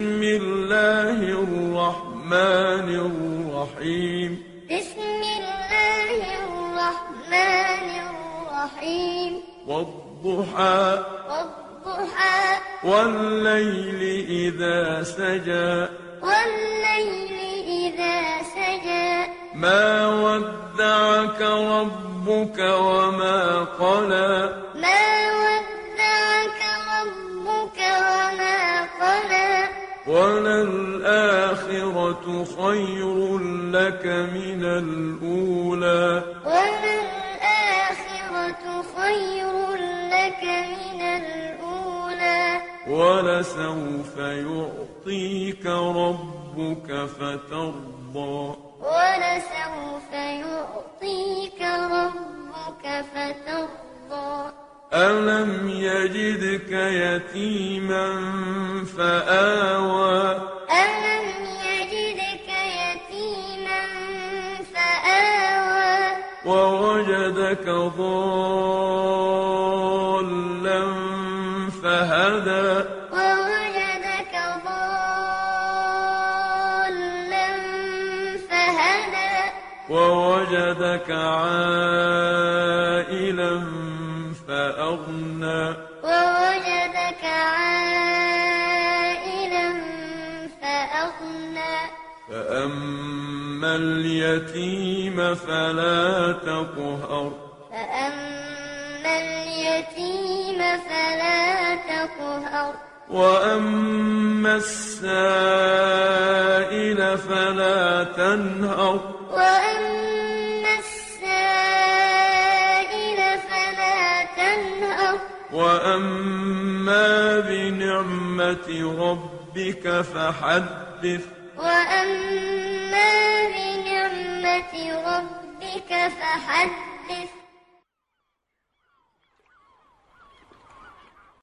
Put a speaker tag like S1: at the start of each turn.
S1: بسم الله الرحمن الرحيم
S2: بسم الله الرحمن الرحيم
S1: والضحى
S2: والضحى
S1: والليل إذا سجى
S2: والليل إذا سجى
S1: ما ودعك ربك وما قلى
S2: ما ودعك ربك وما قلى
S1: وللآخرة خير لك من الأولى
S2: وللآخرة خير لك من الأولى
S1: ولسوف يعطيك ربك فترضى
S2: ولسوف يعطيك ربك فترضى
S1: ألم يجدك يتيما فآوى
S2: ألم يجدك يتيما فآوى
S1: ووجدك ضالا فهدى
S2: ووجدك ضالا فهدى
S1: ووجدك عائلا فأغنى
S2: ووجدك عائلا فأغنى
S1: فأما اليتيم فلا تقهر
S2: فأما اليتيم فلا تقهر
S1: وأما السائل فلا تنهر
S2: وأما السائل فلا تنهر
S1: وأما بنعمة ربك فحدث
S2: وأما بنعمة ربك فحدث